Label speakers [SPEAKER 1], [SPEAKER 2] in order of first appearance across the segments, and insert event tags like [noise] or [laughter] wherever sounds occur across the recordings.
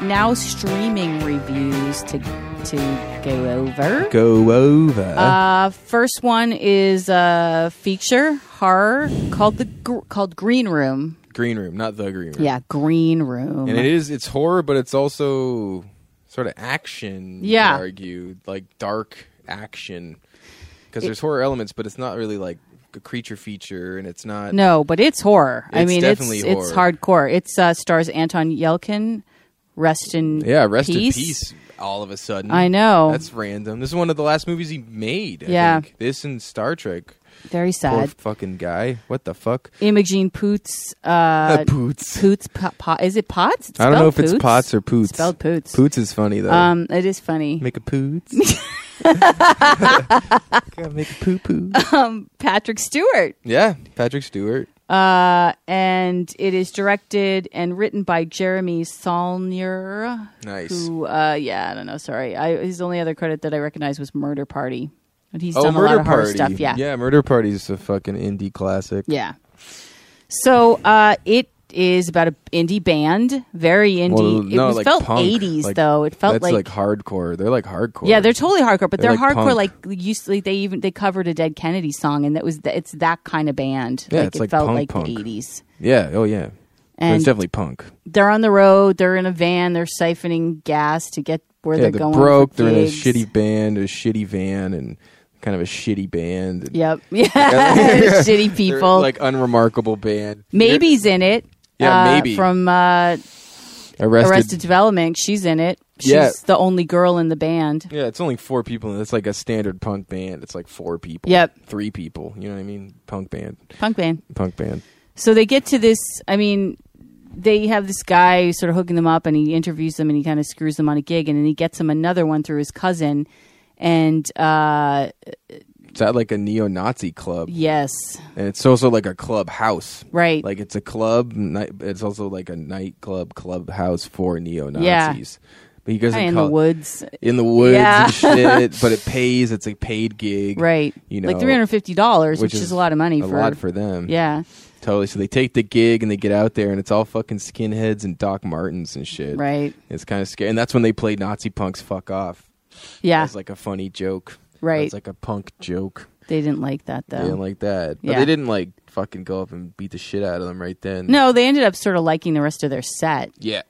[SPEAKER 1] now streaming reviews to to go over.
[SPEAKER 2] Go over.
[SPEAKER 1] Uh, first one is a feature horror called the gr- called Green Room.
[SPEAKER 2] green room, not the green room.
[SPEAKER 1] Yeah, Green Room.
[SPEAKER 2] And it is it's horror, but it's also sort of action. you
[SPEAKER 1] Yeah.
[SPEAKER 2] could argue like dark action because there's horror elements, but it's not really like a creature feature, and it's not.
[SPEAKER 1] no, but it's horror. I
[SPEAKER 2] It's
[SPEAKER 1] mean,
[SPEAKER 2] definitely
[SPEAKER 1] it's
[SPEAKER 2] horror.
[SPEAKER 1] it's hardcore. It's uh, stars Anton Yelkin. Rest in
[SPEAKER 2] Yeah, rest in peace. All of a sudden,
[SPEAKER 1] I know.
[SPEAKER 2] that's random. This is one of the last movies he made. I
[SPEAKER 1] Yeah.
[SPEAKER 2] think. this and Star Trek.
[SPEAKER 1] Very
[SPEAKER 2] Poor
[SPEAKER 1] sad.
[SPEAKER 2] fucking guy. What the fuck?
[SPEAKER 1] Imogene Poots. Uh,
[SPEAKER 2] Poots.
[SPEAKER 1] Poots. Po- po- is it Pots? It's
[SPEAKER 2] I don't know if
[SPEAKER 1] spelled
[SPEAKER 2] it's pots or poots.
[SPEAKER 1] Spelled Poots.
[SPEAKER 2] Poots is funny though.
[SPEAKER 1] Um, it is funny.
[SPEAKER 2] make
[SPEAKER 1] [laughs]
[SPEAKER 2] a poots. [laughs] Gotta make a poo poo.
[SPEAKER 1] Patrick Stewart.
[SPEAKER 2] yeah, Patrick Stewart.
[SPEAKER 1] Uh, and it is directed and written by Jeremy Saulnier.
[SPEAKER 2] Nice.
[SPEAKER 1] Who, uh, yeah, I don't know. Sorry. I, his only other credit that I recognize was Murder Party. And he's
[SPEAKER 2] oh,
[SPEAKER 1] done
[SPEAKER 2] Murder
[SPEAKER 1] a lot of horror
[SPEAKER 2] Party.
[SPEAKER 1] stuff. Yeah.
[SPEAKER 2] yeah, Murder Party's a fucking indie classic.
[SPEAKER 1] Yeah. So uh, it is about an indie band, very indie.
[SPEAKER 2] Well, no,
[SPEAKER 1] it was
[SPEAKER 2] like
[SPEAKER 1] felt
[SPEAKER 2] punk.
[SPEAKER 1] 80s,
[SPEAKER 2] Like,
[SPEAKER 1] though. It felt
[SPEAKER 2] that's like, hardcore. They're like hardcore.
[SPEAKER 1] Yeah, they're totally hardcore, but
[SPEAKER 2] They're
[SPEAKER 1] they're,
[SPEAKER 2] like
[SPEAKER 1] hardcore.
[SPEAKER 2] punk.
[SPEAKER 1] Like used, like they even they covered a Dead Kennedy song, and that was th- it's that kind of band.
[SPEAKER 2] Yeah,
[SPEAKER 1] like,
[SPEAKER 2] it's
[SPEAKER 1] it
[SPEAKER 2] like
[SPEAKER 1] felt
[SPEAKER 2] punk
[SPEAKER 1] like
[SPEAKER 2] punk.
[SPEAKER 1] the eighties.
[SPEAKER 2] yeah. Oh yeah, But
[SPEAKER 1] And-
[SPEAKER 2] it's definitely punk.
[SPEAKER 1] They're on the road. They're in a van. They're siphoning gas to get where
[SPEAKER 2] Yeah,
[SPEAKER 1] they're,
[SPEAKER 2] they're
[SPEAKER 1] going.
[SPEAKER 2] broke.
[SPEAKER 1] for
[SPEAKER 2] They're in a
[SPEAKER 1] gigs.
[SPEAKER 2] shitty band, a shitty van, and kind of a shitty band. and-
[SPEAKER 1] Yep. [laughs] Yeah. shitty
[SPEAKER 2] They're,
[SPEAKER 1] people.
[SPEAKER 2] like unremarkable band.
[SPEAKER 1] Maybe's in it.
[SPEAKER 2] Yeah,
[SPEAKER 1] uh,
[SPEAKER 2] Maybe.
[SPEAKER 1] from uh,
[SPEAKER 2] Arrested.
[SPEAKER 1] Arrested Development. She's in it. She's
[SPEAKER 2] Yeah.
[SPEAKER 1] the only girl in the band.
[SPEAKER 2] Yeah, it's only four people, and it's like a standard punk band. It's like four people.
[SPEAKER 1] Yep.
[SPEAKER 2] Three people. You know what I mean? Punk band.
[SPEAKER 1] Punk band.
[SPEAKER 2] Punk band.
[SPEAKER 1] So they get to this. I mean, they have this guy sort of hooking them up, and he interviews them, and he kind of screws them on a gig, and then he gets them another one through his cousin. And uh,
[SPEAKER 2] It's at like a neo-Nazi club,
[SPEAKER 1] yes,
[SPEAKER 2] and it's also like a clubhouse.
[SPEAKER 1] Right.
[SPEAKER 2] Like it's a club. ni- It's also like a nightclub clubhouse for neo-Nazis. But he doesn't
[SPEAKER 1] in
[SPEAKER 2] call
[SPEAKER 1] the woods,
[SPEAKER 2] in the woods
[SPEAKER 1] Yeah.
[SPEAKER 2] and shit.
[SPEAKER 1] [laughs]
[SPEAKER 2] but it pays. It's a paid gig,
[SPEAKER 1] right?
[SPEAKER 2] You know,
[SPEAKER 1] like three hundred fifty dollars, which, is, a lot of money.
[SPEAKER 2] A
[SPEAKER 1] for,
[SPEAKER 2] lot for them.
[SPEAKER 1] yeah,
[SPEAKER 2] Totally. So they take the gig and they get out there, and it's all fucking skinheads and Doc Martens and shit.
[SPEAKER 1] right,
[SPEAKER 2] It's kind of scary, and that's when they play Nazi punks. Fuck off.
[SPEAKER 1] yeah.
[SPEAKER 2] That's like a funny joke.
[SPEAKER 1] Right.
[SPEAKER 2] It's like a punk joke.
[SPEAKER 1] they didn't like that though.
[SPEAKER 2] They didn't like that, but
[SPEAKER 1] Yeah.
[SPEAKER 2] they didn't like fucking go up and beat the shit out of them right then.
[SPEAKER 1] no, they ended up sort of liking the rest of their set.
[SPEAKER 2] Yeah.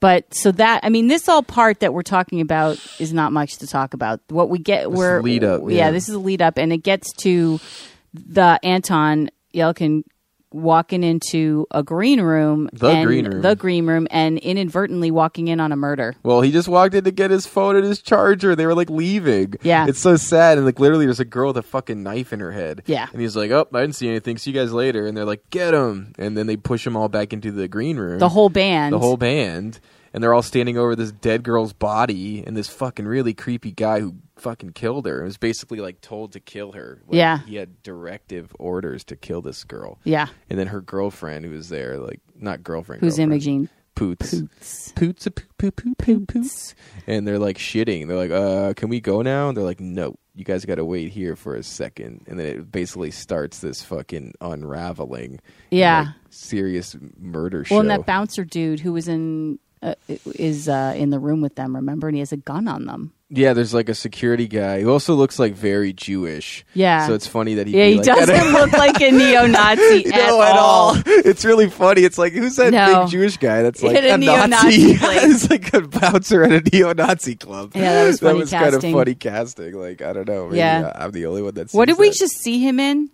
[SPEAKER 1] But so that I mean, this all part that we're talking about is not much to talk about. What we get,
[SPEAKER 2] is
[SPEAKER 1] we're
[SPEAKER 2] lead up,
[SPEAKER 1] Yeah,
[SPEAKER 2] yeah.
[SPEAKER 1] this is a lead up, and it gets to the Anton Yelkin walking into a green room,
[SPEAKER 2] The
[SPEAKER 1] and-
[SPEAKER 2] green room.
[SPEAKER 1] the green room, and inadvertently walking in on a murder.
[SPEAKER 2] Well, he just walked in to get his phone and his charger. They were like leaving.
[SPEAKER 1] Yeah.
[SPEAKER 2] It's so sad. And like literally, there's a girl with a fucking knife in her head.
[SPEAKER 1] Yeah.
[SPEAKER 2] And he's like, "Oh, I didn't see anything. See you guys later." And they're like, "Get him!" And then they push them all back into the green room.
[SPEAKER 1] The whole band,
[SPEAKER 2] the whole band and they're all standing over this dead girl's body and this fucking really creepy guy who fucking killed her and was basically like told to kill her Like,
[SPEAKER 1] Yeah.
[SPEAKER 2] he had directive orders to kill this girl
[SPEAKER 1] yeah,
[SPEAKER 2] and then her girlfriend who was there like not girlfriend
[SPEAKER 1] who's
[SPEAKER 2] girlfriend,
[SPEAKER 1] Imogene?
[SPEAKER 2] poots
[SPEAKER 1] Poots.
[SPEAKER 2] poots a poo poo poo poo poots and they're like shitting they're like uh can we go now and they're like no you guys got to wait here for a second and then it basically starts this fucking unraveling and,
[SPEAKER 1] Yeah.
[SPEAKER 2] like, serious murder
[SPEAKER 1] Well,
[SPEAKER 2] show
[SPEAKER 1] and that bouncer dude who was in uh, is uh, in the room with them. Remember, and he has a gun on them.
[SPEAKER 2] Yeah, there's like a security guy who also looks like very Jewish.
[SPEAKER 1] Yeah.
[SPEAKER 2] So it's funny that he
[SPEAKER 1] Yeah,
[SPEAKER 2] be
[SPEAKER 1] he
[SPEAKER 2] like, [laughs]
[SPEAKER 1] doesn't look like a neo-Nazi at,
[SPEAKER 2] no, at all. [laughs] It's really funny. It's like who's that
[SPEAKER 1] No.
[SPEAKER 2] big Jewish guy that's
[SPEAKER 1] He
[SPEAKER 2] like
[SPEAKER 1] had a
[SPEAKER 2] a,
[SPEAKER 1] neo-Nazi
[SPEAKER 2] [laughs] Nazi?
[SPEAKER 1] place.
[SPEAKER 2] it's like a bouncer at a neo-Nazi club.
[SPEAKER 1] Yeah, that
[SPEAKER 2] [laughs]
[SPEAKER 1] was funny
[SPEAKER 2] kind of
[SPEAKER 1] casting.
[SPEAKER 2] funny casting. Like I don't know. Maybe
[SPEAKER 1] Yeah.
[SPEAKER 2] I- I'm the only one that's.
[SPEAKER 1] What did we just see him in?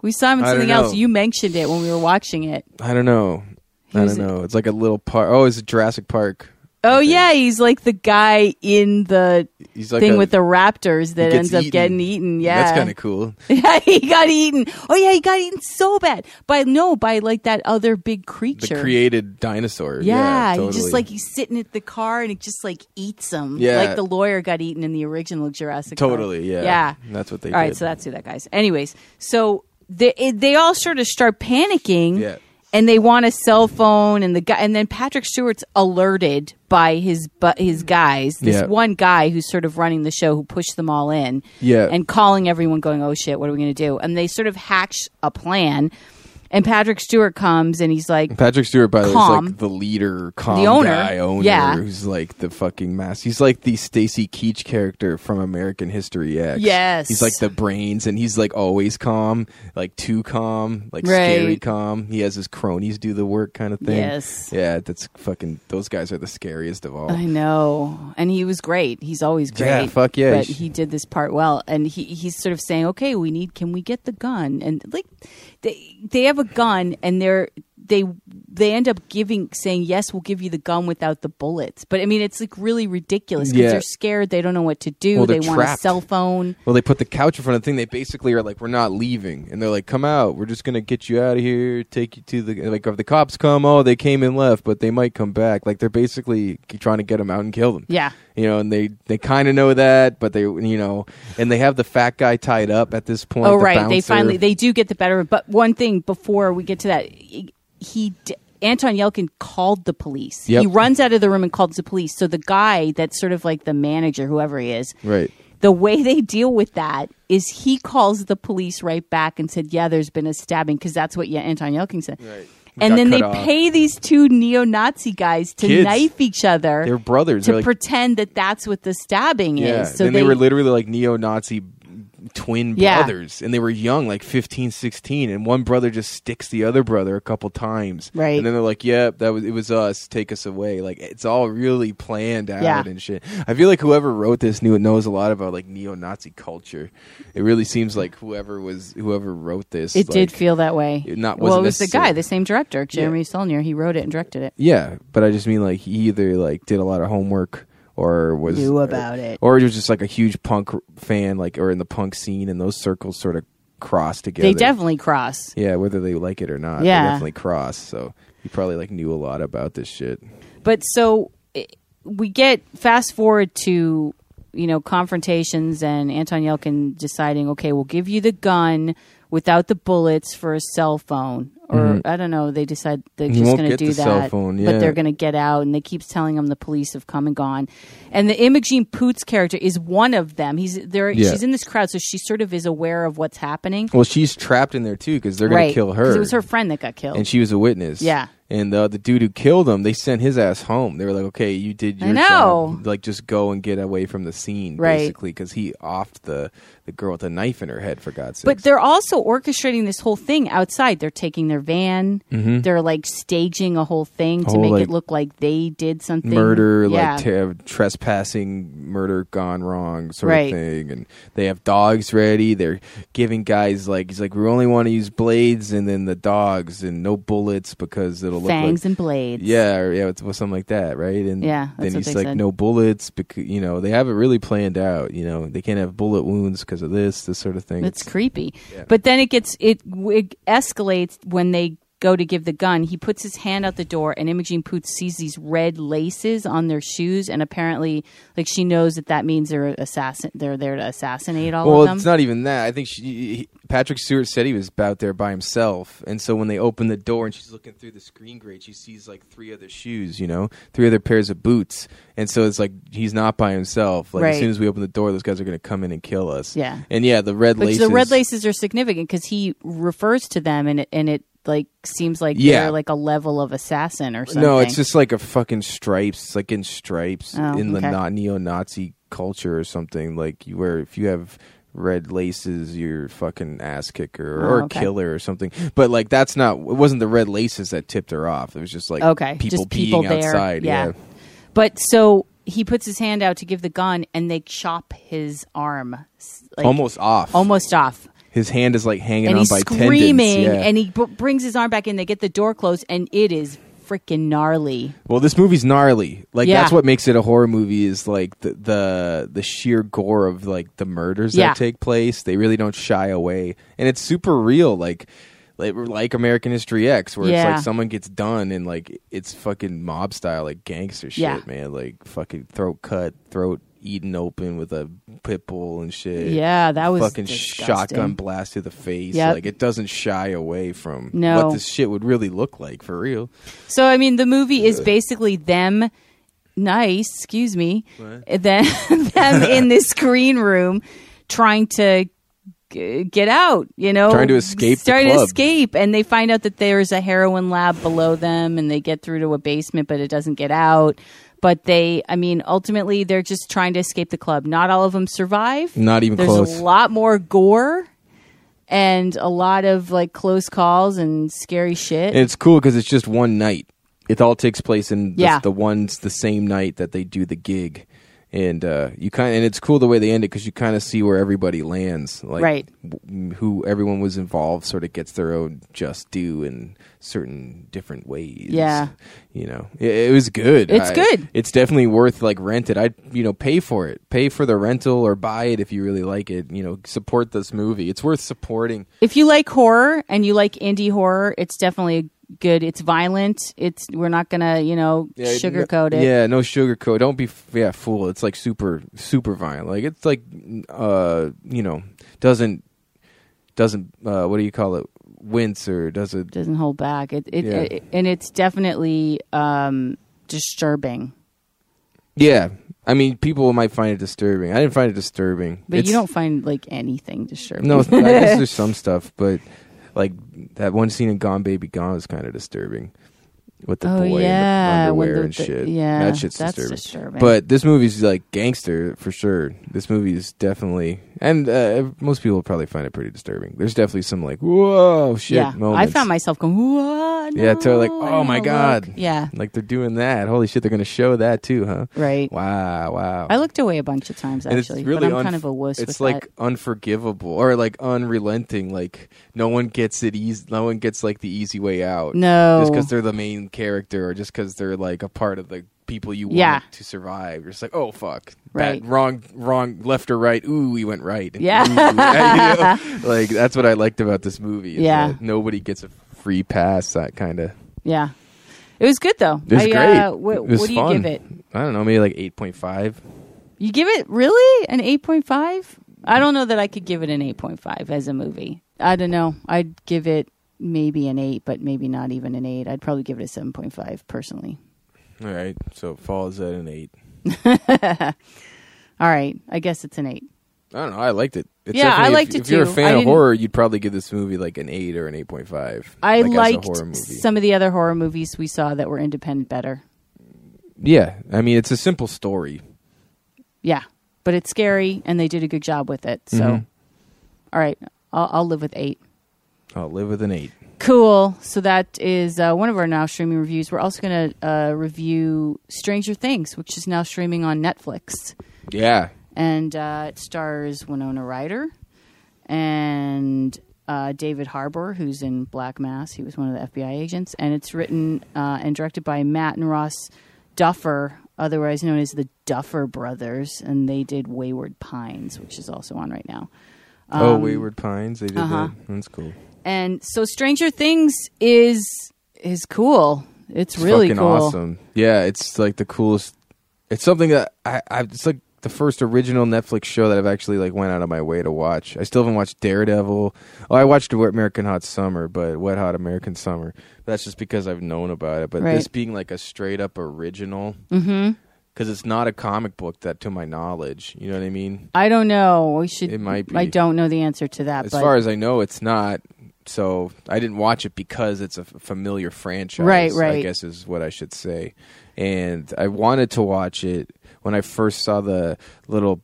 [SPEAKER 1] We saw him in
[SPEAKER 2] I don't
[SPEAKER 1] something else.
[SPEAKER 2] know.
[SPEAKER 1] You mentioned it when we were watching it.
[SPEAKER 2] I don't know.
[SPEAKER 1] He
[SPEAKER 2] I
[SPEAKER 1] was-
[SPEAKER 2] don't know. It's like a little park. Oh, it's Jurassic Park.
[SPEAKER 1] Oh yeah, he's like the guy in the
[SPEAKER 2] He's like
[SPEAKER 1] thing
[SPEAKER 2] a-
[SPEAKER 1] with the raptors that
[SPEAKER 2] gets
[SPEAKER 1] ends up
[SPEAKER 2] eaten.
[SPEAKER 1] getting eaten. Yeah,
[SPEAKER 2] That's kind of cool.
[SPEAKER 1] [laughs] yeah, he got eaten. Oh yeah, he got eaten so bad by no by like that other big
[SPEAKER 2] The
[SPEAKER 1] creature.
[SPEAKER 2] created dinosaur.
[SPEAKER 1] yeah,
[SPEAKER 2] Yeah,
[SPEAKER 1] he just
[SPEAKER 2] totally.
[SPEAKER 1] like he's sitting at the car and it just like eats him.
[SPEAKER 2] Yeah.
[SPEAKER 1] like the lawyer got eaten in the original Jurassic. Park.
[SPEAKER 2] totally. Yeah.
[SPEAKER 1] uh, yeah.
[SPEAKER 2] That's what they.
[SPEAKER 1] All right,
[SPEAKER 2] did.
[SPEAKER 1] so that's who that guy's. Anyways, so they it, they all sort of start panicking,
[SPEAKER 2] Yeah.
[SPEAKER 1] and they want a cell phone, and the guy, and then Patrick Stewart's alerted by his but his guys, this
[SPEAKER 2] Yeah.
[SPEAKER 1] one guy who's sort of running the show, who pushed them all in,
[SPEAKER 2] Yeah.
[SPEAKER 1] and calling everyone, going, "Oh shit, what are we going to do?" And they sort of hatch a plan. And Patrick Stewart comes and he's like,
[SPEAKER 2] Patrick Stewart, by the way, is
[SPEAKER 1] Calm.
[SPEAKER 2] like the leader, calm
[SPEAKER 1] The owner.
[SPEAKER 2] guy, owner,
[SPEAKER 1] Yeah.
[SPEAKER 2] who's like the fucking mass. He's like the Stacy Keach character from American History X.
[SPEAKER 1] Yes.
[SPEAKER 2] he's like the brains, and he's like always calm, like too calm, like scary
[SPEAKER 1] Right.
[SPEAKER 2] calm. He has his cronies do the work, kind of thing.
[SPEAKER 1] Yes.
[SPEAKER 2] yeah, that's fucking. Those guys are the scariest of all.
[SPEAKER 1] I know. And he was great. He's always great.
[SPEAKER 2] Yeah, fuck yeah.
[SPEAKER 1] But he did this part well. And he, he's sort of saying, okay, we need, can we get the gun? And like, they, they have a gun and they're, they, they end up giving, saying, yes, we'll give you the gun without the bullets. But I mean, it's like really ridiculous because
[SPEAKER 2] Yeah.
[SPEAKER 1] they're scared. They don't know what to do.
[SPEAKER 2] Well,
[SPEAKER 1] they
[SPEAKER 2] they're
[SPEAKER 1] want a
[SPEAKER 2] trapped.
[SPEAKER 1] cell phone.
[SPEAKER 2] Well, they put the couch in front of the thing. They basically are like, "We're not leaving," and they're like, "Come out! We're just gonna get you out of here. Take you to the like." If the cops come, oh, they came and left, but they might come back. Like they're basically trying to get them out and kill them.
[SPEAKER 1] Yeah.
[SPEAKER 2] you know, and they they kind of know that, but they you know, and they have the fat guy tied up at this point.
[SPEAKER 1] oh
[SPEAKER 2] the
[SPEAKER 1] right they
[SPEAKER 2] bouncer.
[SPEAKER 1] finally they do get the better of it but one thing before we get to that he d- anton yelkin called the police
[SPEAKER 2] Yep.
[SPEAKER 1] he runs out of the room and calls the police so the guy that's sort of like the manager whoever he is
[SPEAKER 2] right.
[SPEAKER 1] the way [laughs] they deal with that is he calls the police right back and said yeah there's been a stabbing because that's what yeah, anton yelkin said
[SPEAKER 2] Right. We
[SPEAKER 1] and
[SPEAKER 2] got
[SPEAKER 1] then
[SPEAKER 2] cut
[SPEAKER 1] they
[SPEAKER 2] off.
[SPEAKER 1] pay these two neo-nazi guys to
[SPEAKER 2] Kids.
[SPEAKER 1] knife each other
[SPEAKER 2] They're brothers.
[SPEAKER 1] to
[SPEAKER 2] they're like,
[SPEAKER 1] pretend that that's what the stabbing
[SPEAKER 2] yeah.
[SPEAKER 1] is so
[SPEAKER 2] and they, were literally like neo-Nazi twin
[SPEAKER 1] Yeah.
[SPEAKER 2] brothers and they were young like 15 16 and one brother just sticks the other brother a couple times
[SPEAKER 1] Right.
[SPEAKER 2] and then they're like yep that was it was us take us away like it's all really planned out
[SPEAKER 1] Yeah.
[SPEAKER 2] and shit i feel like whoever wrote this knew knows a lot about like neo-nazi culture it really seems like whoever was whoever wrote this
[SPEAKER 1] It did
[SPEAKER 2] like-
[SPEAKER 1] feel that way.
[SPEAKER 2] it not-
[SPEAKER 1] well, it
[SPEAKER 2] wasn't
[SPEAKER 1] was the
[SPEAKER 2] necessary.
[SPEAKER 1] guy, the same director, Jeremy Solnier. He wrote it and directed it.
[SPEAKER 2] Yeah, but I just mean like he either like did a lot of homework or was
[SPEAKER 1] Knew about
[SPEAKER 2] or,
[SPEAKER 1] it.
[SPEAKER 2] or he was just like a huge punk r- fan, like or in the punk scene, and those circles sort of cross together.
[SPEAKER 1] They definitely cross.
[SPEAKER 2] yeah, whether they like it or not,
[SPEAKER 1] Yeah.
[SPEAKER 2] they definitely cross. So he probably like knew a lot about this shit.
[SPEAKER 1] But so it, we get fast forward to you know confrontations and Anton Yelkin deciding, okay, we'll give you the gun without the bullets for a cell phone. Or I don't know. They decide they're
[SPEAKER 2] You
[SPEAKER 1] just
[SPEAKER 2] Mm-hmm. won't
[SPEAKER 1] going to
[SPEAKER 2] get
[SPEAKER 1] do
[SPEAKER 2] the
[SPEAKER 1] that,
[SPEAKER 2] cell phone, yeah.
[SPEAKER 1] but they're going to get out. And they keeps telling them the police have come and gone. And the Imogene Poots character is one of them. He's there.
[SPEAKER 2] Yeah.
[SPEAKER 1] She's in this crowd, so she sort of is aware of what's happening.
[SPEAKER 2] Well, she's trapped in there too because they're gonna
[SPEAKER 1] right.
[SPEAKER 2] kill
[SPEAKER 1] 'Cause
[SPEAKER 2] her.
[SPEAKER 1] It was her friend that got killed.
[SPEAKER 2] and she was a witness.
[SPEAKER 1] Yeah.
[SPEAKER 2] And uh, the dude who killed him, they sent his ass home. They were like, "Okay, you did
[SPEAKER 1] I
[SPEAKER 2] your
[SPEAKER 1] know.
[SPEAKER 2] job. Like, just go and get away from the scene,
[SPEAKER 1] Right.
[SPEAKER 2] basically, because he offed the the girl with a knife in her head. For God's sake!"
[SPEAKER 1] but they're also orchestrating this whole thing outside. They're taking their van. They're like staging a whole thing to
[SPEAKER 2] Mm-hmm. Whole,
[SPEAKER 1] make
[SPEAKER 2] like,
[SPEAKER 1] it look like they did something.
[SPEAKER 2] murder,
[SPEAKER 1] yeah.
[SPEAKER 2] like ter- trespassing, murder gone wrong sort
[SPEAKER 1] Right.
[SPEAKER 2] of thing. And they have dogs ready. They're giving guys like he's like we only want to use blades and then the dogs and no bullets because it'll look
[SPEAKER 1] fangs
[SPEAKER 2] like
[SPEAKER 1] and blades.
[SPEAKER 2] yeah, or, yeah, it's, well, something like that, right? And
[SPEAKER 1] Yeah, that's
[SPEAKER 2] then
[SPEAKER 1] what
[SPEAKER 2] he's
[SPEAKER 1] they
[SPEAKER 2] like,
[SPEAKER 1] said.
[SPEAKER 2] no bullets because you know they have it really planned out. You know, they can't have bullet wounds because of this, this sort of thing.
[SPEAKER 1] It's creepy. But then it gets it, it escalates when they go to give the gun. He puts his hand out the door, and Imogene Poots sees these red laces on their shoes, and apparently, like she knows that that means they're assassin. They're there to assassinate all
[SPEAKER 2] well,
[SPEAKER 1] of them.
[SPEAKER 2] it's not even that. I think she, he, Patrick Stewart said he was out there by himself, and so when they open the door and she's looking through the screen grate, she sees like three other shoes, you know, three other pairs of boots, and so it's like he's not by himself. Like
[SPEAKER 1] Right.
[SPEAKER 2] as soon as we open the door, those guys are going to come in and kill us.
[SPEAKER 1] Yeah.
[SPEAKER 2] and yeah, the red
[SPEAKER 1] But
[SPEAKER 2] laces.
[SPEAKER 1] the red laces are significant because he refers to them, and it, and it like seems like
[SPEAKER 2] Yeah.
[SPEAKER 1] they're like a level of assassin or something.
[SPEAKER 2] No, it's just like a fucking stripes. It's like in stripes
[SPEAKER 1] Oh,
[SPEAKER 2] in the
[SPEAKER 1] okay.
[SPEAKER 2] na neo-Nazi culture or something. Like you where if you have red laces, you're fucking ass kicker or,
[SPEAKER 1] Oh,
[SPEAKER 2] or
[SPEAKER 1] okay.
[SPEAKER 2] killer or something. But like that's not. It wasn't the red laces that tipped her off. It was just like
[SPEAKER 1] okay,
[SPEAKER 2] people
[SPEAKER 1] just
[SPEAKER 2] peeing
[SPEAKER 1] people there.
[SPEAKER 2] outside. Yeah.
[SPEAKER 1] but so he puts his hand out to give the gun, and they chop his arm, s- like,
[SPEAKER 2] almost off.
[SPEAKER 1] almost off.
[SPEAKER 2] His hand is like hanging
[SPEAKER 1] and
[SPEAKER 2] on
[SPEAKER 1] he's
[SPEAKER 2] by
[SPEAKER 1] screaming,
[SPEAKER 2] tendons. Yeah.
[SPEAKER 1] and he b- brings his arm back in. They get the door closed, and it is freaking gnarly.
[SPEAKER 2] Well, this movie's gnarly. Like
[SPEAKER 1] Yeah.
[SPEAKER 2] that's what makes it a horror movie is like the the, the sheer gore of like the murders
[SPEAKER 1] Yeah.
[SPEAKER 2] that take place. They really don't shy away, and it's super real. Like like, like American History X, where
[SPEAKER 1] Yeah.
[SPEAKER 2] it's like someone gets done and like it's fucking mob style, like gangster shit,
[SPEAKER 1] Yeah.
[SPEAKER 2] man. Like fucking throat cut, throat eaten open with a pit bull and shit.
[SPEAKER 1] Yeah, that was
[SPEAKER 2] Fucking
[SPEAKER 1] disgusting.
[SPEAKER 2] shotgun blast to the face.
[SPEAKER 1] Yep.
[SPEAKER 2] Like it doesn't shy away from
[SPEAKER 1] No.
[SPEAKER 2] what this shit would really look like for real.
[SPEAKER 1] So I mean, the movie is basically them. Nice, excuse [laughs] me. Then them in this green room trying to g- get out, you know,
[SPEAKER 2] Trying to escape the
[SPEAKER 1] trying to
[SPEAKER 2] club.
[SPEAKER 1] escape, and they find out that there's a heroin lab below them, and they get through to a basement, but it doesn't get out. But they, I mean, ultimately, they're just trying to escape the club. Not all of them survive.
[SPEAKER 2] Not even
[SPEAKER 1] there's
[SPEAKER 2] Mm, close.
[SPEAKER 1] a lot more gore and a lot of like close calls and scary shit.
[SPEAKER 2] And it's cool because it's just one night. It all takes place in the,
[SPEAKER 1] Yeah.
[SPEAKER 2] the ones the same night that they do the gig, and uh, you kind of, and it's cool the way they end it because you kind of see where everybody lands, like
[SPEAKER 1] Right.
[SPEAKER 2] w- mm, who everyone was involved sort of gets their own just due in certain different ways.
[SPEAKER 1] Yeah.
[SPEAKER 2] you know, it, it was good.
[SPEAKER 1] It's
[SPEAKER 2] I-
[SPEAKER 1] good.
[SPEAKER 2] It's definitely worth like rent it. I'd you know pay for it, pay for the rental or buy it if you really like it. You know, support this movie. It's worth supporting.
[SPEAKER 1] if you like horror and you like indie horror, it's definitely good. It's violent. It's we're not gonna you know
[SPEAKER 2] Yeah,
[SPEAKER 1] sugarcoat
[SPEAKER 2] no-
[SPEAKER 1] it.
[SPEAKER 2] Yeah, no sugarcoat. Don't be f- yeah fool. It's like super super violent. Like it's like uh you know doesn't doesn't uh what do you call it wince or doesn't
[SPEAKER 1] Doesn't hold back. It, it,
[SPEAKER 2] Yeah.
[SPEAKER 1] it and it's definitely um, disturbing.
[SPEAKER 2] yeah. I mean, people might find it disturbing. I didn't find it disturbing.
[SPEAKER 1] But
[SPEAKER 2] It's-
[SPEAKER 1] you don't find like anything disturbing. [laughs]
[SPEAKER 2] No, I guess there's some stuff, but like that one scene in Gone Baby Gone is kind of disturbing. With the
[SPEAKER 1] Oh,
[SPEAKER 2] boy
[SPEAKER 1] yeah,
[SPEAKER 2] and the
[SPEAKER 1] when the-
[SPEAKER 2] underwear and
[SPEAKER 1] the-
[SPEAKER 2] shit.
[SPEAKER 1] yeah,
[SPEAKER 2] that shit's
[SPEAKER 1] that's
[SPEAKER 2] disturbing.
[SPEAKER 1] disturbing.
[SPEAKER 2] But this movie's like gangster for sure. This movie is definitely, and uh, most people probably find it pretty disturbing. There's definitely some like whoa shit
[SPEAKER 1] yeah,
[SPEAKER 2] moments.
[SPEAKER 1] I found myself going. Whoa,
[SPEAKER 2] Yeah, totally, like,
[SPEAKER 1] no,
[SPEAKER 2] oh,
[SPEAKER 1] I
[SPEAKER 2] my
[SPEAKER 1] don't
[SPEAKER 2] God.
[SPEAKER 1] look." Yeah,
[SPEAKER 2] like they're doing that. Holy shit, they're gonna show that too, huh?
[SPEAKER 1] right.
[SPEAKER 2] Wow, wow.
[SPEAKER 1] I looked away a bunch of times
[SPEAKER 2] And it's
[SPEAKER 1] actually,
[SPEAKER 2] really
[SPEAKER 1] but I'm
[SPEAKER 2] unf-
[SPEAKER 1] kind of a wuss. with
[SPEAKER 2] it's like
[SPEAKER 1] that.
[SPEAKER 2] unforgivable or like unrelenting like no one gets it easy no one gets like the easy way out
[SPEAKER 1] no,
[SPEAKER 2] just because they're the main character or just because they're like a part of the people you want
[SPEAKER 1] Yeah.
[SPEAKER 2] to survive you're just like oh fuck
[SPEAKER 1] Right.
[SPEAKER 2] Bad- wrong wrong left or right ooh we went right and [laughs]
[SPEAKER 1] Yeah.
[SPEAKER 2] ooh, you
[SPEAKER 1] [laughs]
[SPEAKER 2] know? like that's what i liked about this movie is
[SPEAKER 1] Yeah.
[SPEAKER 2] that nobody gets a free pass that kind of
[SPEAKER 1] Yeah. It was good though.
[SPEAKER 2] it was
[SPEAKER 1] I,
[SPEAKER 2] great
[SPEAKER 1] Uh, wh-
[SPEAKER 2] it was
[SPEAKER 1] what do
[SPEAKER 2] fun.
[SPEAKER 1] you give it?
[SPEAKER 2] i don't know maybe like 8.5
[SPEAKER 1] You give it really an 8.5? I don't know that I could give it an 8.5 as a movie. I don't know. I'd give it maybe an 8, but maybe not even an 8. I'd probably give it a 7.5 personally.
[SPEAKER 2] all right so falls at an 8
[SPEAKER 1] All right. I guess it's an 8.
[SPEAKER 2] I don't know. I liked it. It's
[SPEAKER 1] Yeah, I
[SPEAKER 2] definitely- if-
[SPEAKER 1] liked it
[SPEAKER 2] If you're a
[SPEAKER 1] too.
[SPEAKER 2] fan
[SPEAKER 1] I
[SPEAKER 2] of
[SPEAKER 1] didn't-
[SPEAKER 2] horror, you'd probably give this movie like an eight or an eight point five.
[SPEAKER 1] I
[SPEAKER 2] like, as a horror
[SPEAKER 1] liked
[SPEAKER 2] movie.
[SPEAKER 1] some of the other horror movies we saw that were independent better.
[SPEAKER 2] Yeah, I mean, it's a simple story.
[SPEAKER 1] Yeah. But it's scary and they did a good job with it. So
[SPEAKER 2] Mhm.
[SPEAKER 1] All right. I'll, I'll live with 8.
[SPEAKER 2] I'll Oh, live with an eight.
[SPEAKER 1] Cool. So that is uh, one of our now streaming reviews. We're also going to uh, review Stranger Things, which is now streaming on Netflix,
[SPEAKER 2] Yeah,
[SPEAKER 1] and uh, it stars Winona Ryder and uh, David Harbour, who's in Black Mass. He was one of the FBI agents, and it's written uh, and directed by Matt and Ross Duffer, otherwise known as the Duffer Brothers, and they did Wayward Pines, which is also on right now.
[SPEAKER 2] oh, Wayward Pines. They did
[SPEAKER 1] Um, uh-huh.
[SPEAKER 2] that. That's cool.
[SPEAKER 1] And so Stranger Things is is cool. It's,
[SPEAKER 2] It's
[SPEAKER 1] really
[SPEAKER 2] fucking
[SPEAKER 1] cool.
[SPEAKER 2] awesome. Yeah, it's like the coolest. It's something that I, I. It's like the first original Netflix show that I've actually like went out of my way to watch. I still haven't watched Daredevil. Oh, I watched Wet American Hot Summer, but Wet Hot American Summer. That's just because I've known about it. But
[SPEAKER 1] Right. Mm-hmm.
[SPEAKER 2] this being like a straight up original, because it's not a comic book that, to my knowledge, you know what I mean.
[SPEAKER 1] I don't know. We should.
[SPEAKER 2] It might be.
[SPEAKER 1] I don't know the answer to that.
[SPEAKER 2] As
[SPEAKER 1] but,
[SPEAKER 2] far as I know, it's not. So I didn't watch it because it's a f- familiar franchise.
[SPEAKER 1] Right,
[SPEAKER 2] I
[SPEAKER 1] right.
[SPEAKER 2] guess is what I should say. And I wanted to watch it when I first saw the little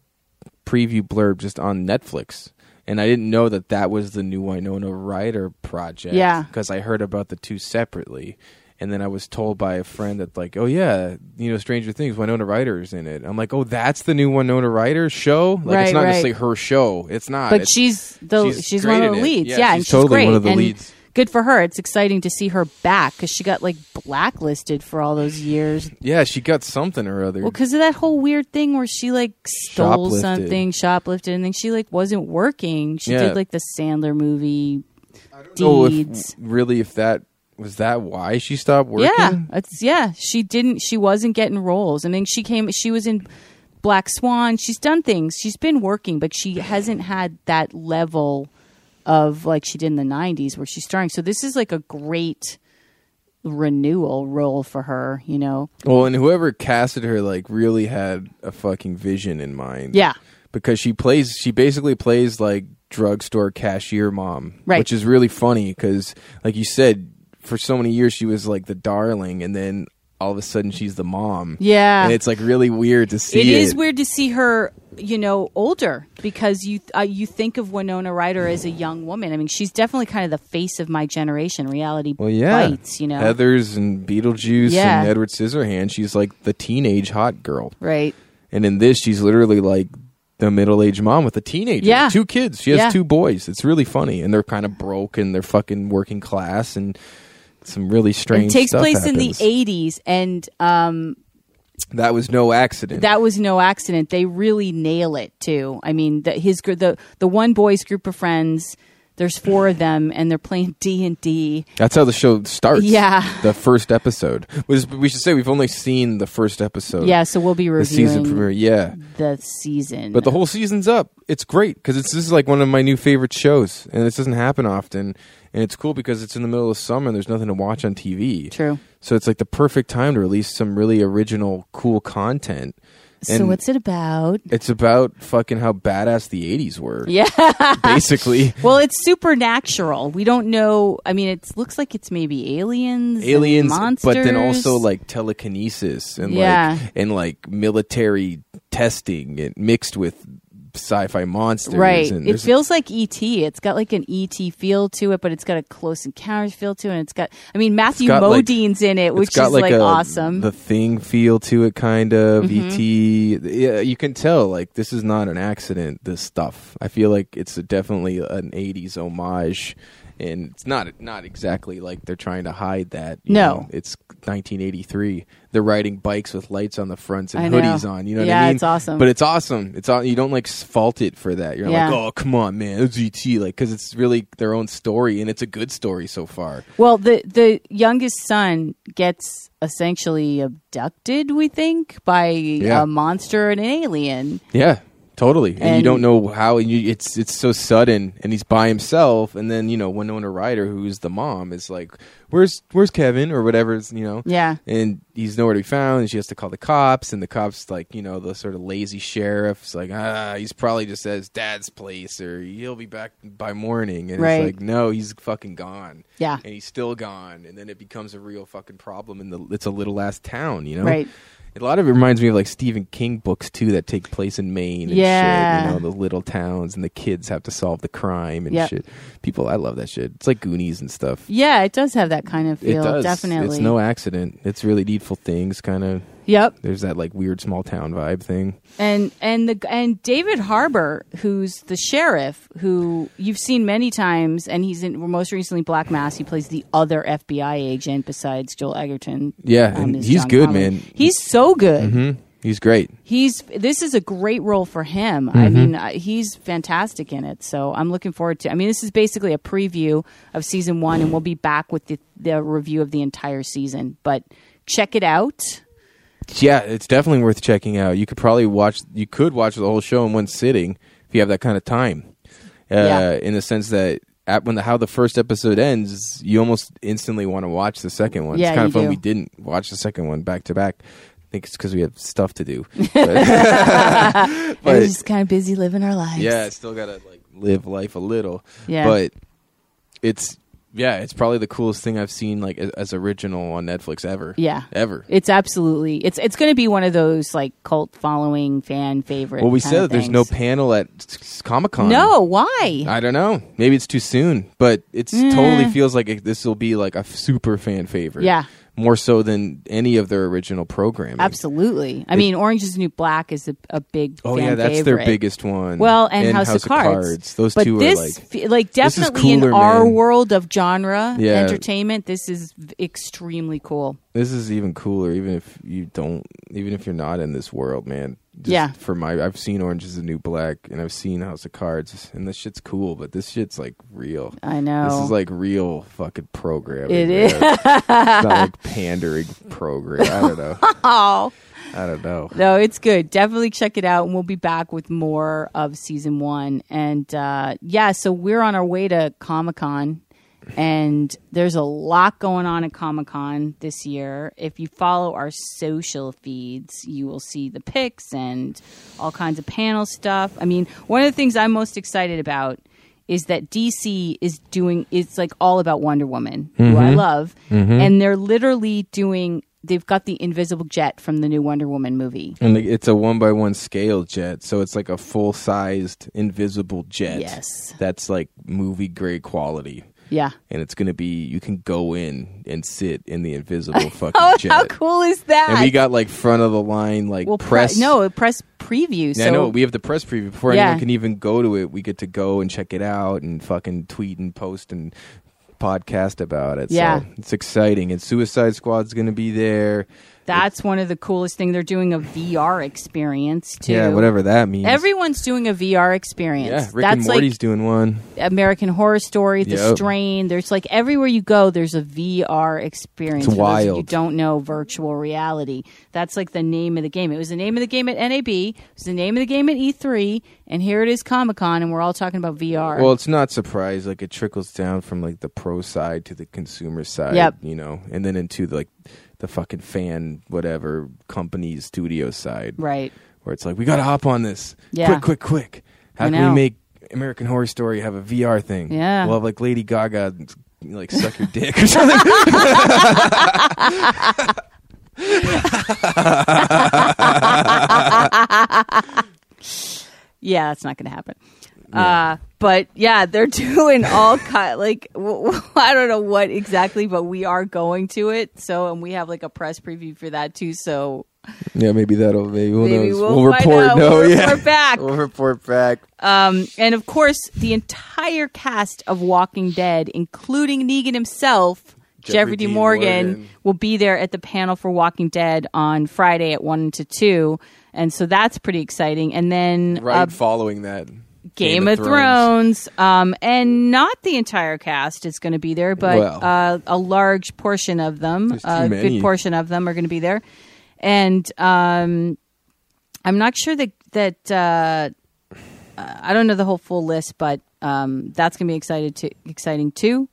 [SPEAKER 2] preview blurb just on Netflix. And I didn't know that that was the new Winona Ryder project.
[SPEAKER 1] Yeah.
[SPEAKER 2] Because I heard about the two separately. And then I was told by a friend that, like, oh, yeah, you know, Stranger Things, Winona Ryder is in it. I'm like, oh, that's the new Winona Ryder show? Like,
[SPEAKER 1] Right,
[SPEAKER 2] it's not
[SPEAKER 1] right.
[SPEAKER 2] necessarily her show. It's not.
[SPEAKER 1] but
[SPEAKER 2] It's-
[SPEAKER 1] she's the she's,
[SPEAKER 2] she's
[SPEAKER 1] one
[SPEAKER 2] great
[SPEAKER 1] of the
[SPEAKER 2] in it.
[SPEAKER 1] leads.
[SPEAKER 2] Yeah,
[SPEAKER 1] Yeah,
[SPEAKER 2] she's
[SPEAKER 1] and she's
[SPEAKER 2] totally
[SPEAKER 1] great.
[SPEAKER 2] one of the
[SPEAKER 1] and
[SPEAKER 2] leads.
[SPEAKER 1] Good for her. It's exciting to see her back because she got like blacklisted for all those years.
[SPEAKER 2] Yeah, she got something or other.
[SPEAKER 1] Well, because of that whole weird thing where she like stole
[SPEAKER 2] Shoplifted.
[SPEAKER 1] something, shoplifted, and then she like wasn't working. She
[SPEAKER 2] Yeah.
[SPEAKER 1] did like the Sandler movie
[SPEAKER 2] So Oh, if-
[SPEAKER 1] deeds.
[SPEAKER 2] really, if that was that why she stopped working?
[SPEAKER 1] Yeah, it's yeah. She didn't. She wasn't getting roles. I mean, she came. She was in Black Swan. She's done things. She's been working, but she hasn't had that level of like she did in the '90s, where she's starring. So this is like a great renewal role for her. You know?
[SPEAKER 2] Well, and whoever casted her like really had a fucking vision in mind.
[SPEAKER 1] Yeah.
[SPEAKER 2] Because she plays, she basically plays like drugstore cashier mom,
[SPEAKER 1] Right.
[SPEAKER 2] Which is really funny because, like you said, for so many years she was like the darling, and then all of a sudden she's the mom.
[SPEAKER 1] Yeah.
[SPEAKER 2] and it's like really weird to see.
[SPEAKER 1] It
[SPEAKER 2] It
[SPEAKER 1] is weird to see her, you know, older because you uh, you think of Winona Ryder as a young woman. I mean, she's definitely kind of the face of my generation. Reality
[SPEAKER 2] Well, yeah,
[SPEAKER 1] bites, you know,
[SPEAKER 2] Heather's and Beetlejuice
[SPEAKER 1] Yeah.
[SPEAKER 2] and Edward Scissorhands. She's like the teenage hot girl,
[SPEAKER 1] right?
[SPEAKER 2] and in this, she's literally like the middle-aged mom with a teenager,
[SPEAKER 1] Yeah.
[SPEAKER 2] two kids. She has
[SPEAKER 1] Yeah.
[SPEAKER 2] two boys. It's really funny, and they're kind of broke, and they're fucking working class, and some really strange.
[SPEAKER 1] It takes
[SPEAKER 2] stuff
[SPEAKER 1] place in the
[SPEAKER 2] happens.
[SPEAKER 1] '80s, and um,
[SPEAKER 2] That was no accident.
[SPEAKER 1] that was no accident. They really nail it too. I mean, the, his gr- the the one boy's group of friends. There's four of them, and they're playing D and D.
[SPEAKER 2] That's how the show starts.
[SPEAKER 1] Yeah.
[SPEAKER 2] the first episode. Which we should say we've only seen the first episode.
[SPEAKER 1] Yeah, so we'll be
[SPEAKER 2] Oh. the
[SPEAKER 1] reviewing
[SPEAKER 2] season premiere. Yeah,
[SPEAKER 1] the season.
[SPEAKER 2] but the whole season's up. It's great because it's this is like one of my new favorite shows, and this doesn't happen often. And it's cool because it's in the middle of summer and there's nothing to watch on TV.
[SPEAKER 1] true.
[SPEAKER 2] So it's like the perfect time to release some really original, cool content.
[SPEAKER 1] so
[SPEAKER 2] And
[SPEAKER 1] what's it about?
[SPEAKER 2] It's about fucking how badass the '80s were.
[SPEAKER 1] Yeah. [laughs]
[SPEAKER 2] [laughs] basically.
[SPEAKER 1] Well, it's supernatural. We don't know. I mean, it looks like it's maybe aliens, [laughs] and
[SPEAKER 2] aliens
[SPEAKER 1] monsters,
[SPEAKER 2] but then also like telekinesis and
[SPEAKER 1] Yeah.
[SPEAKER 2] like and like military testing and mixed with sci-fi monsters
[SPEAKER 1] right.
[SPEAKER 2] and
[SPEAKER 1] It
[SPEAKER 2] there's-
[SPEAKER 1] feels like ET. It's got like an ET feel to it, but it's got a close encounters feel to it. And it's got. I mean, Matthew
[SPEAKER 2] got, like-
[SPEAKER 1] Modine's in it,
[SPEAKER 2] it's
[SPEAKER 1] which
[SPEAKER 2] got
[SPEAKER 1] is like,
[SPEAKER 2] a-
[SPEAKER 1] awesome.
[SPEAKER 2] the thing feel to it kind of
[SPEAKER 1] Mm-hmm.
[SPEAKER 2] et yeah, you can tell like this is not an accident this stuff i feel like it's a, definitely an 80s homage and it's not not exactly like they're trying to hide that you
[SPEAKER 1] No.
[SPEAKER 2] know. it's 1983 they're riding bikes with lights on the fronts and
[SPEAKER 1] I know.
[SPEAKER 2] hoodies on you know what
[SPEAKER 1] Yeah,
[SPEAKER 2] i mean
[SPEAKER 1] it's awesome.
[SPEAKER 2] but it's awesome. It's all, you don't like s- fault it for that. You're
[SPEAKER 1] Yeah.
[SPEAKER 2] like, oh come on, man, it's ET, like because it's really their own story and it's a good story so far.
[SPEAKER 1] well, the the youngest son gets essentially abducted. We think by
[SPEAKER 2] Yeah.
[SPEAKER 1] a monster and an alien.
[SPEAKER 2] Yeah, totally. And, you
[SPEAKER 1] And-
[SPEAKER 2] don't know how, and you, it's it's so sudden, and he's by himself, and then you know Winona Ryder, who's the mom, is like, where's where's Kevin or whatever, it's, you know.
[SPEAKER 1] Yeah.
[SPEAKER 2] And he's nowhere to be found, and she has to call the cops. And the cops, like you know, the sort of lazy sheriff's, like ah, he's probably just at his dad's place, or he'll be back by morning. And
[SPEAKER 1] Right.
[SPEAKER 2] it's like, no, he's fucking gone.
[SPEAKER 1] Yeah.
[SPEAKER 2] and he's still gone. And then it becomes a real fucking problem, and the, it's a little ass town, you know.
[SPEAKER 1] Right.
[SPEAKER 2] A lot of it reminds me of like Stephen King books too that take place in Maine and
[SPEAKER 1] Yeah.
[SPEAKER 2] shit. You know, the little towns and the kids have to solve the crime and
[SPEAKER 1] Yep.
[SPEAKER 2] shit. People, I love that shit. It's like Goonies and stuff.
[SPEAKER 1] Yeah, it does have that kind of
[SPEAKER 2] It
[SPEAKER 1] feel.
[SPEAKER 2] does.
[SPEAKER 1] Definitely.
[SPEAKER 2] It's no accident. It's really needful things. Kind of.
[SPEAKER 1] yep.
[SPEAKER 2] There's that like weird small town vibe thing.
[SPEAKER 1] and and the and David Harbour, who's the sheriff, who you've seen many times, and he's in most recently Black Mass. He plays the other FBI agent besides Joel Egerton.
[SPEAKER 2] Yeah,
[SPEAKER 1] um,
[SPEAKER 2] and
[SPEAKER 1] is
[SPEAKER 2] he's
[SPEAKER 1] John
[SPEAKER 2] good,
[SPEAKER 1] Connery.
[SPEAKER 2] man.
[SPEAKER 1] He's so good.
[SPEAKER 2] Mm-hmm. He's great.
[SPEAKER 1] He's this is a great role for him.
[SPEAKER 2] Mm-hmm.
[SPEAKER 1] I mean, I- he's fantastic in it. So I'm looking forward to. I mean, this is basically a preview of season one, and we'll be back with the, the review of the entire season. But check it out.
[SPEAKER 2] Yeah, it's definitely worth checking out. You could probably watch. You could watch the whole show in one sitting if you have that kind of time. Uh,
[SPEAKER 1] Yeah.
[SPEAKER 2] In the sense that at when the, how the first episode ends, you almost instantly want to watch the second one.
[SPEAKER 1] Yeah,
[SPEAKER 2] it's kind
[SPEAKER 1] you
[SPEAKER 2] of fun.
[SPEAKER 1] do.
[SPEAKER 2] We didn't watch the second one back to back. I think it's because we have stuff to
[SPEAKER 1] [laughs]
[SPEAKER 2] do. But,
[SPEAKER 1] We're
[SPEAKER 2] but
[SPEAKER 1] just kind of busy living our lives.
[SPEAKER 2] yeah, I still gotta like live life a little.
[SPEAKER 1] Yeah.
[SPEAKER 2] But it's yeah, it's probably the coolest thing I've seen like as, as original on Netflix ever.
[SPEAKER 1] Yeah.
[SPEAKER 2] Ever.
[SPEAKER 1] It's absolutely it's it's going to be one of those like cult following fan favorite.
[SPEAKER 2] Well, we
[SPEAKER 1] kind
[SPEAKER 2] said
[SPEAKER 1] of
[SPEAKER 2] that there's no
[SPEAKER 1] things.
[SPEAKER 2] panel at Comic Con.
[SPEAKER 1] no. Why?
[SPEAKER 2] I don't know. Maybe it's too soon, but it's
[SPEAKER 1] Mm.
[SPEAKER 2] totally feels like it, this will be like a f- super fan favorite.
[SPEAKER 1] Yeah.
[SPEAKER 2] more so than any of their original programming.
[SPEAKER 1] absolutely. I mean, Orange Is the New Black is a, a big.
[SPEAKER 2] Oh
[SPEAKER 1] fan
[SPEAKER 2] yeah, that's
[SPEAKER 1] favorite.
[SPEAKER 2] their biggest one.
[SPEAKER 1] Well, and, House, of Cards.
[SPEAKER 2] Those
[SPEAKER 1] but
[SPEAKER 2] two
[SPEAKER 1] this,
[SPEAKER 2] are like
[SPEAKER 1] fe- like
[SPEAKER 2] This is
[SPEAKER 1] definitely in
[SPEAKER 2] cooler,
[SPEAKER 1] our
[SPEAKER 2] man.
[SPEAKER 1] world of genre
[SPEAKER 2] Yeah.
[SPEAKER 1] entertainment. This is v- extremely cool.
[SPEAKER 2] this is even cooler. Even if you don't, even if you're not in this world, man. Just
[SPEAKER 1] Yeah.
[SPEAKER 2] For my, I've seen Orange Is the New Black, and I've seen House of Cards, and this shit's cool, but this shit's like real.
[SPEAKER 1] I know.
[SPEAKER 2] This is like real fucking programming.
[SPEAKER 1] It
[SPEAKER 2] It
[SPEAKER 1] is.
[SPEAKER 2] is. it's not like pandering program. I
[SPEAKER 1] [laughs]
[SPEAKER 2] don't know.
[SPEAKER 1] oh
[SPEAKER 2] I don't know.
[SPEAKER 1] no, it's good. Definitely check it out, and we'll be back with more of season one. And uh, yeah, so we're on our way to Comic Con, and there's a lot going on at Comic Con this year. If you follow our social feeds, you will see the pics and all kinds of panel stuff. I mean, one of the things I'm most excited about is that DC is doing it's like all about Wonder Woman, who
[SPEAKER 2] Mm-hmm.
[SPEAKER 1] I love, and they're literally doing they've got the invisible jet from the new Wonder Woman movie.
[SPEAKER 2] And the, it's a one by one scale jet, so it's like a full sized invisible jet.
[SPEAKER 1] Yes.
[SPEAKER 2] That's like movie grade quality.
[SPEAKER 1] Yeah. [laughs]
[SPEAKER 2] And it's gonna be you can go in and sit in
[SPEAKER 1] [laughs]
[SPEAKER 2] the invisible fucking
[SPEAKER 1] Oh,
[SPEAKER 2] jet.
[SPEAKER 1] how cool is that?
[SPEAKER 2] And we got like front of the line like
[SPEAKER 1] well, pre-
[SPEAKER 2] press
[SPEAKER 1] no, press preview.
[SPEAKER 2] Yeah,
[SPEAKER 1] so
[SPEAKER 2] I know we have the press preview before
[SPEAKER 1] Yeah.
[SPEAKER 2] anyone can even go to it. We get to go and check it out and fucking tweet and post and podcast about it.
[SPEAKER 1] Yeah.
[SPEAKER 2] so it's exciting. And Suicide Squad's going to be there.
[SPEAKER 1] that's one of the coolest things they're doing a VR experience too.
[SPEAKER 2] Yeah, whatever that means.
[SPEAKER 1] Everyone's doing a VR
[SPEAKER 2] yeah,
[SPEAKER 1] experience.
[SPEAKER 2] Rick
[SPEAKER 1] that's
[SPEAKER 2] and
[SPEAKER 1] like
[SPEAKER 2] Morty's doing one.
[SPEAKER 1] American Horror Story, The
[SPEAKER 2] Yep.
[SPEAKER 1] Strain. There's like everywhere you go, there's a VR experience.
[SPEAKER 2] It's
[SPEAKER 1] For those of you who
[SPEAKER 2] wild.
[SPEAKER 1] don't know virtual reality. That's like the name of the game. It was the name of the game at NAB. It was the name of the game at E3, and here it is Comic Con, and we're all talking about VR.
[SPEAKER 2] Well, it's not surprised. Like it trickles down from like the pro side to the consumer side.
[SPEAKER 1] Yep.
[SPEAKER 2] You know, and then into like the fucking fan whatever company studio side.
[SPEAKER 1] right.
[SPEAKER 2] where it's like we got to hop on this
[SPEAKER 1] Yeah.
[SPEAKER 2] quick quick quick how
[SPEAKER 1] I
[SPEAKER 2] can
[SPEAKER 1] know.
[SPEAKER 2] we make american horror story have a vr thing
[SPEAKER 1] Yeah.
[SPEAKER 2] we'll have like lady gaga like suck your dick
[SPEAKER 1] [laughs]
[SPEAKER 2] or [laughs] something
[SPEAKER 1] Yeah, that's not going to happen. Uh, but yeah, they're [laughs] doing all kind like [laughs] w- w- I don't know what exactly, but we are going to it. So, and we have like a press preview for that too. So
[SPEAKER 2] yeah maybe that'll maybe we'll,
[SPEAKER 1] Maybe
[SPEAKER 2] know.
[SPEAKER 1] we'll
[SPEAKER 2] we'll
[SPEAKER 1] find
[SPEAKER 2] report
[SPEAKER 1] out.
[SPEAKER 2] no
[SPEAKER 1] We'll
[SPEAKER 2] yeah
[SPEAKER 1] report
[SPEAKER 2] [laughs]
[SPEAKER 1] back.
[SPEAKER 2] we'll report back
[SPEAKER 1] Um, and of course, the entire cast of Walking Dead, including Negan himself, Jeffrey,
[SPEAKER 2] Jeffrey
[SPEAKER 1] D.
[SPEAKER 2] Dean
[SPEAKER 1] Morgan,
[SPEAKER 2] Morgan.
[SPEAKER 1] will be there at the panel for Walking Dead on Friday at 1 to 2. And so that's pretty exciting. And then
[SPEAKER 2] right
[SPEAKER 1] uh,
[SPEAKER 2] following that
[SPEAKER 1] Game, of, Thrones. Um, and not the entire cast is going to be there, but
[SPEAKER 2] Well.
[SPEAKER 1] uh, a large portion of them,
[SPEAKER 2] There's too
[SPEAKER 1] a good
[SPEAKER 2] many.
[SPEAKER 1] portion of them, are going to be there. And um, I'm not sure that that uh, I don't know the whole full list, but um, that's going to be excited to, exciting too.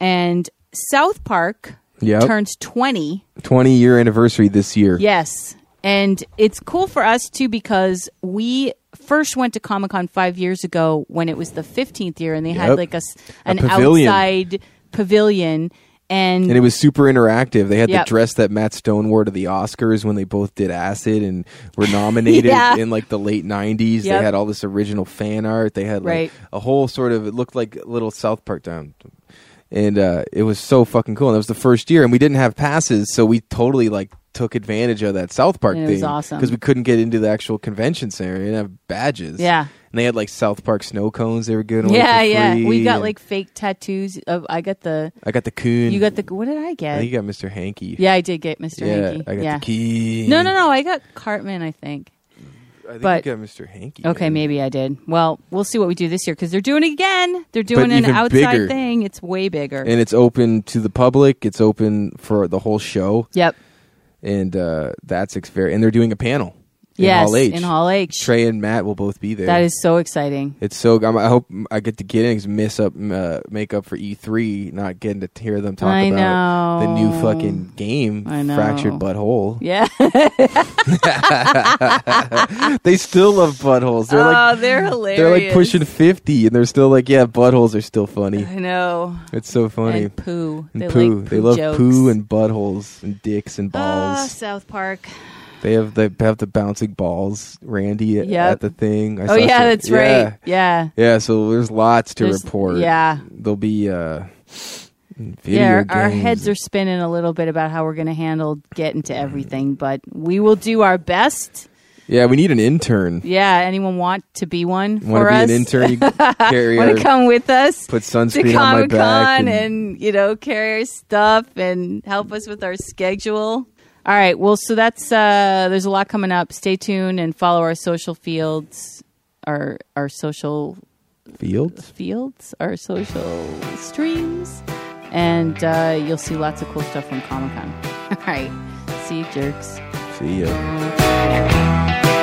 [SPEAKER 1] And South Park
[SPEAKER 2] Yep.
[SPEAKER 1] turns 20
[SPEAKER 2] 20 year anniversary this year
[SPEAKER 1] Yes. And it's cool for us too because we first went to Comic Con five years ago when it was the 15th year and they had
[SPEAKER 2] Yep.
[SPEAKER 1] like a, s-
[SPEAKER 2] A
[SPEAKER 1] an
[SPEAKER 2] pavilion.
[SPEAKER 1] outside pavilion. And,
[SPEAKER 2] and it was super interactive. They had
[SPEAKER 1] Yep.
[SPEAKER 2] the dress that Matt Stone wore to the Oscars when they both did acid and
[SPEAKER 1] [laughs]
[SPEAKER 2] were nominated
[SPEAKER 1] Yeah.
[SPEAKER 2] in like the late '90s.
[SPEAKER 1] Yep.
[SPEAKER 2] They had all this original fan art. They had like
[SPEAKER 1] Right.
[SPEAKER 2] a whole sort of it looked like a little South Park down. And uh, it was so fucking cool. And that was the first year, and we didn't have passes, so we totally like took advantage of that South Park
[SPEAKER 1] It was
[SPEAKER 2] thing
[SPEAKER 1] awesome.
[SPEAKER 2] because we couldn't get into the actual convention center. We didn't have badges.
[SPEAKER 1] Yeah.
[SPEAKER 2] and they had like South Park snow cones. They were giving away.
[SPEAKER 1] yeah,
[SPEAKER 2] for
[SPEAKER 1] yeah.
[SPEAKER 2] free,
[SPEAKER 1] We got
[SPEAKER 2] and
[SPEAKER 1] like fake tattoos. Of, I got the,
[SPEAKER 2] I got the coon.
[SPEAKER 1] you got the, what did I
[SPEAKER 2] I
[SPEAKER 1] get?
[SPEAKER 2] think you got Mr. Hanky.
[SPEAKER 1] yeah, I did get Mr.
[SPEAKER 2] Yeah,
[SPEAKER 1] Hanky.
[SPEAKER 2] I got
[SPEAKER 1] yeah.
[SPEAKER 2] the key.
[SPEAKER 1] No, no, no. I got Cartman, I think.
[SPEAKER 2] I
[SPEAKER 1] but-
[SPEAKER 2] think but, got Mr. Hanky.
[SPEAKER 1] Okay,
[SPEAKER 2] man.
[SPEAKER 1] maybe I did. Well, we'll see what we do this year because they're doing it again. They're doing an
[SPEAKER 2] even
[SPEAKER 1] outside
[SPEAKER 2] bigger.
[SPEAKER 1] thing. It's way bigger.
[SPEAKER 2] And it's open to the public. It's open for the whole show,
[SPEAKER 1] yep.
[SPEAKER 2] and uh, that's ex- very. And they're doing a panel. in
[SPEAKER 1] Yes,
[SPEAKER 2] Hall H.
[SPEAKER 1] in Hall H.
[SPEAKER 2] Trey and Matt will both be there.
[SPEAKER 1] That is so exciting.
[SPEAKER 2] It's so. I'm, I hope I get to get in. 'cause miss up, uh, make up for E3, not getting to hear them talk
[SPEAKER 1] I
[SPEAKER 2] about the
[SPEAKER 1] know.
[SPEAKER 2] new fucking game,
[SPEAKER 1] I know.
[SPEAKER 2] fractured butthole.
[SPEAKER 1] Yeah.
[SPEAKER 2] [laughs] They still love buttholes. They're like
[SPEAKER 1] oh, they're hilarious.
[SPEAKER 2] they're like pushing fifty, and they're still like, yeah, buttholes are still funny.
[SPEAKER 1] I know.
[SPEAKER 2] It's so funny.
[SPEAKER 1] And poo.
[SPEAKER 2] And
[SPEAKER 1] they
[SPEAKER 2] poo.
[SPEAKER 1] Like poo.
[SPEAKER 2] they love
[SPEAKER 1] jokes.
[SPEAKER 2] poo and buttholes and dicks and
[SPEAKER 1] Ah,
[SPEAKER 2] balls.
[SPEAKER 1] South Park.
[SPEAKER 2] They have the have the bouncing balls, Randy at,
[SPEAKER 1] Yep.
[SPEAKER 2] at the thing. I
[SPEAKER 1] Oh
[SPEAKER 2] saw
[SPEAKER 1] yeah,
[SPEAKER 2] some-
[SPEAKER 1] that's
[SPEAKER 2] yeah.
[SPEAKER 1] right. Yeah.
[SPEAKER 2] Yeah, so there's lots to
[SPEAKER 1] There's-
[SPEAKER 2] report.
[SPEAKER 1] yeah.
[SPEAKER 2] There'll be uh video
[SPEAKER 1] Yeah, our,
[SPEAKER 2] games.
[SPEAKER 1] our heads are spinning a little bit about how we're going to handle getting to everything, but we will do our best.
[SPEAKER 2] Yeah, we need an intern.
[SPEAKER 1] Yeah, anyone want to be one
[SPEAKER 2] Want
[SPEAKER 1] for
[SPEAKER 2] to be
[SPEAKER 1] us?
[SPEAKER 2] an intern?
[SPEAKER 1] [laughs]
[SPEAKER 2] You carry
[SPEAKER 1] Want
[SPEAKER 2] our,
[SPEAKER 1] to come with us
[SPEAKER 2] put
[SPEAKER 1] to
[SPEAKER 2] sunscreen on my
[SPEAKER 1] Comic
[SPEAKER 2] back
[SPEAKER 1] Con and, you know carry our stuff and help us with our schedule. All right, well, so that's uh, there's a lot coming up. Stay tuned and follow our social fields, our our social
[SPEAKER 2] fields.
[SPEAKER 1] fields, our social streams, and uh, you'll see lots of cool stuff [laughs] from Comic Con. All right, see you, jerks.
[SPEAKER 2] See ya.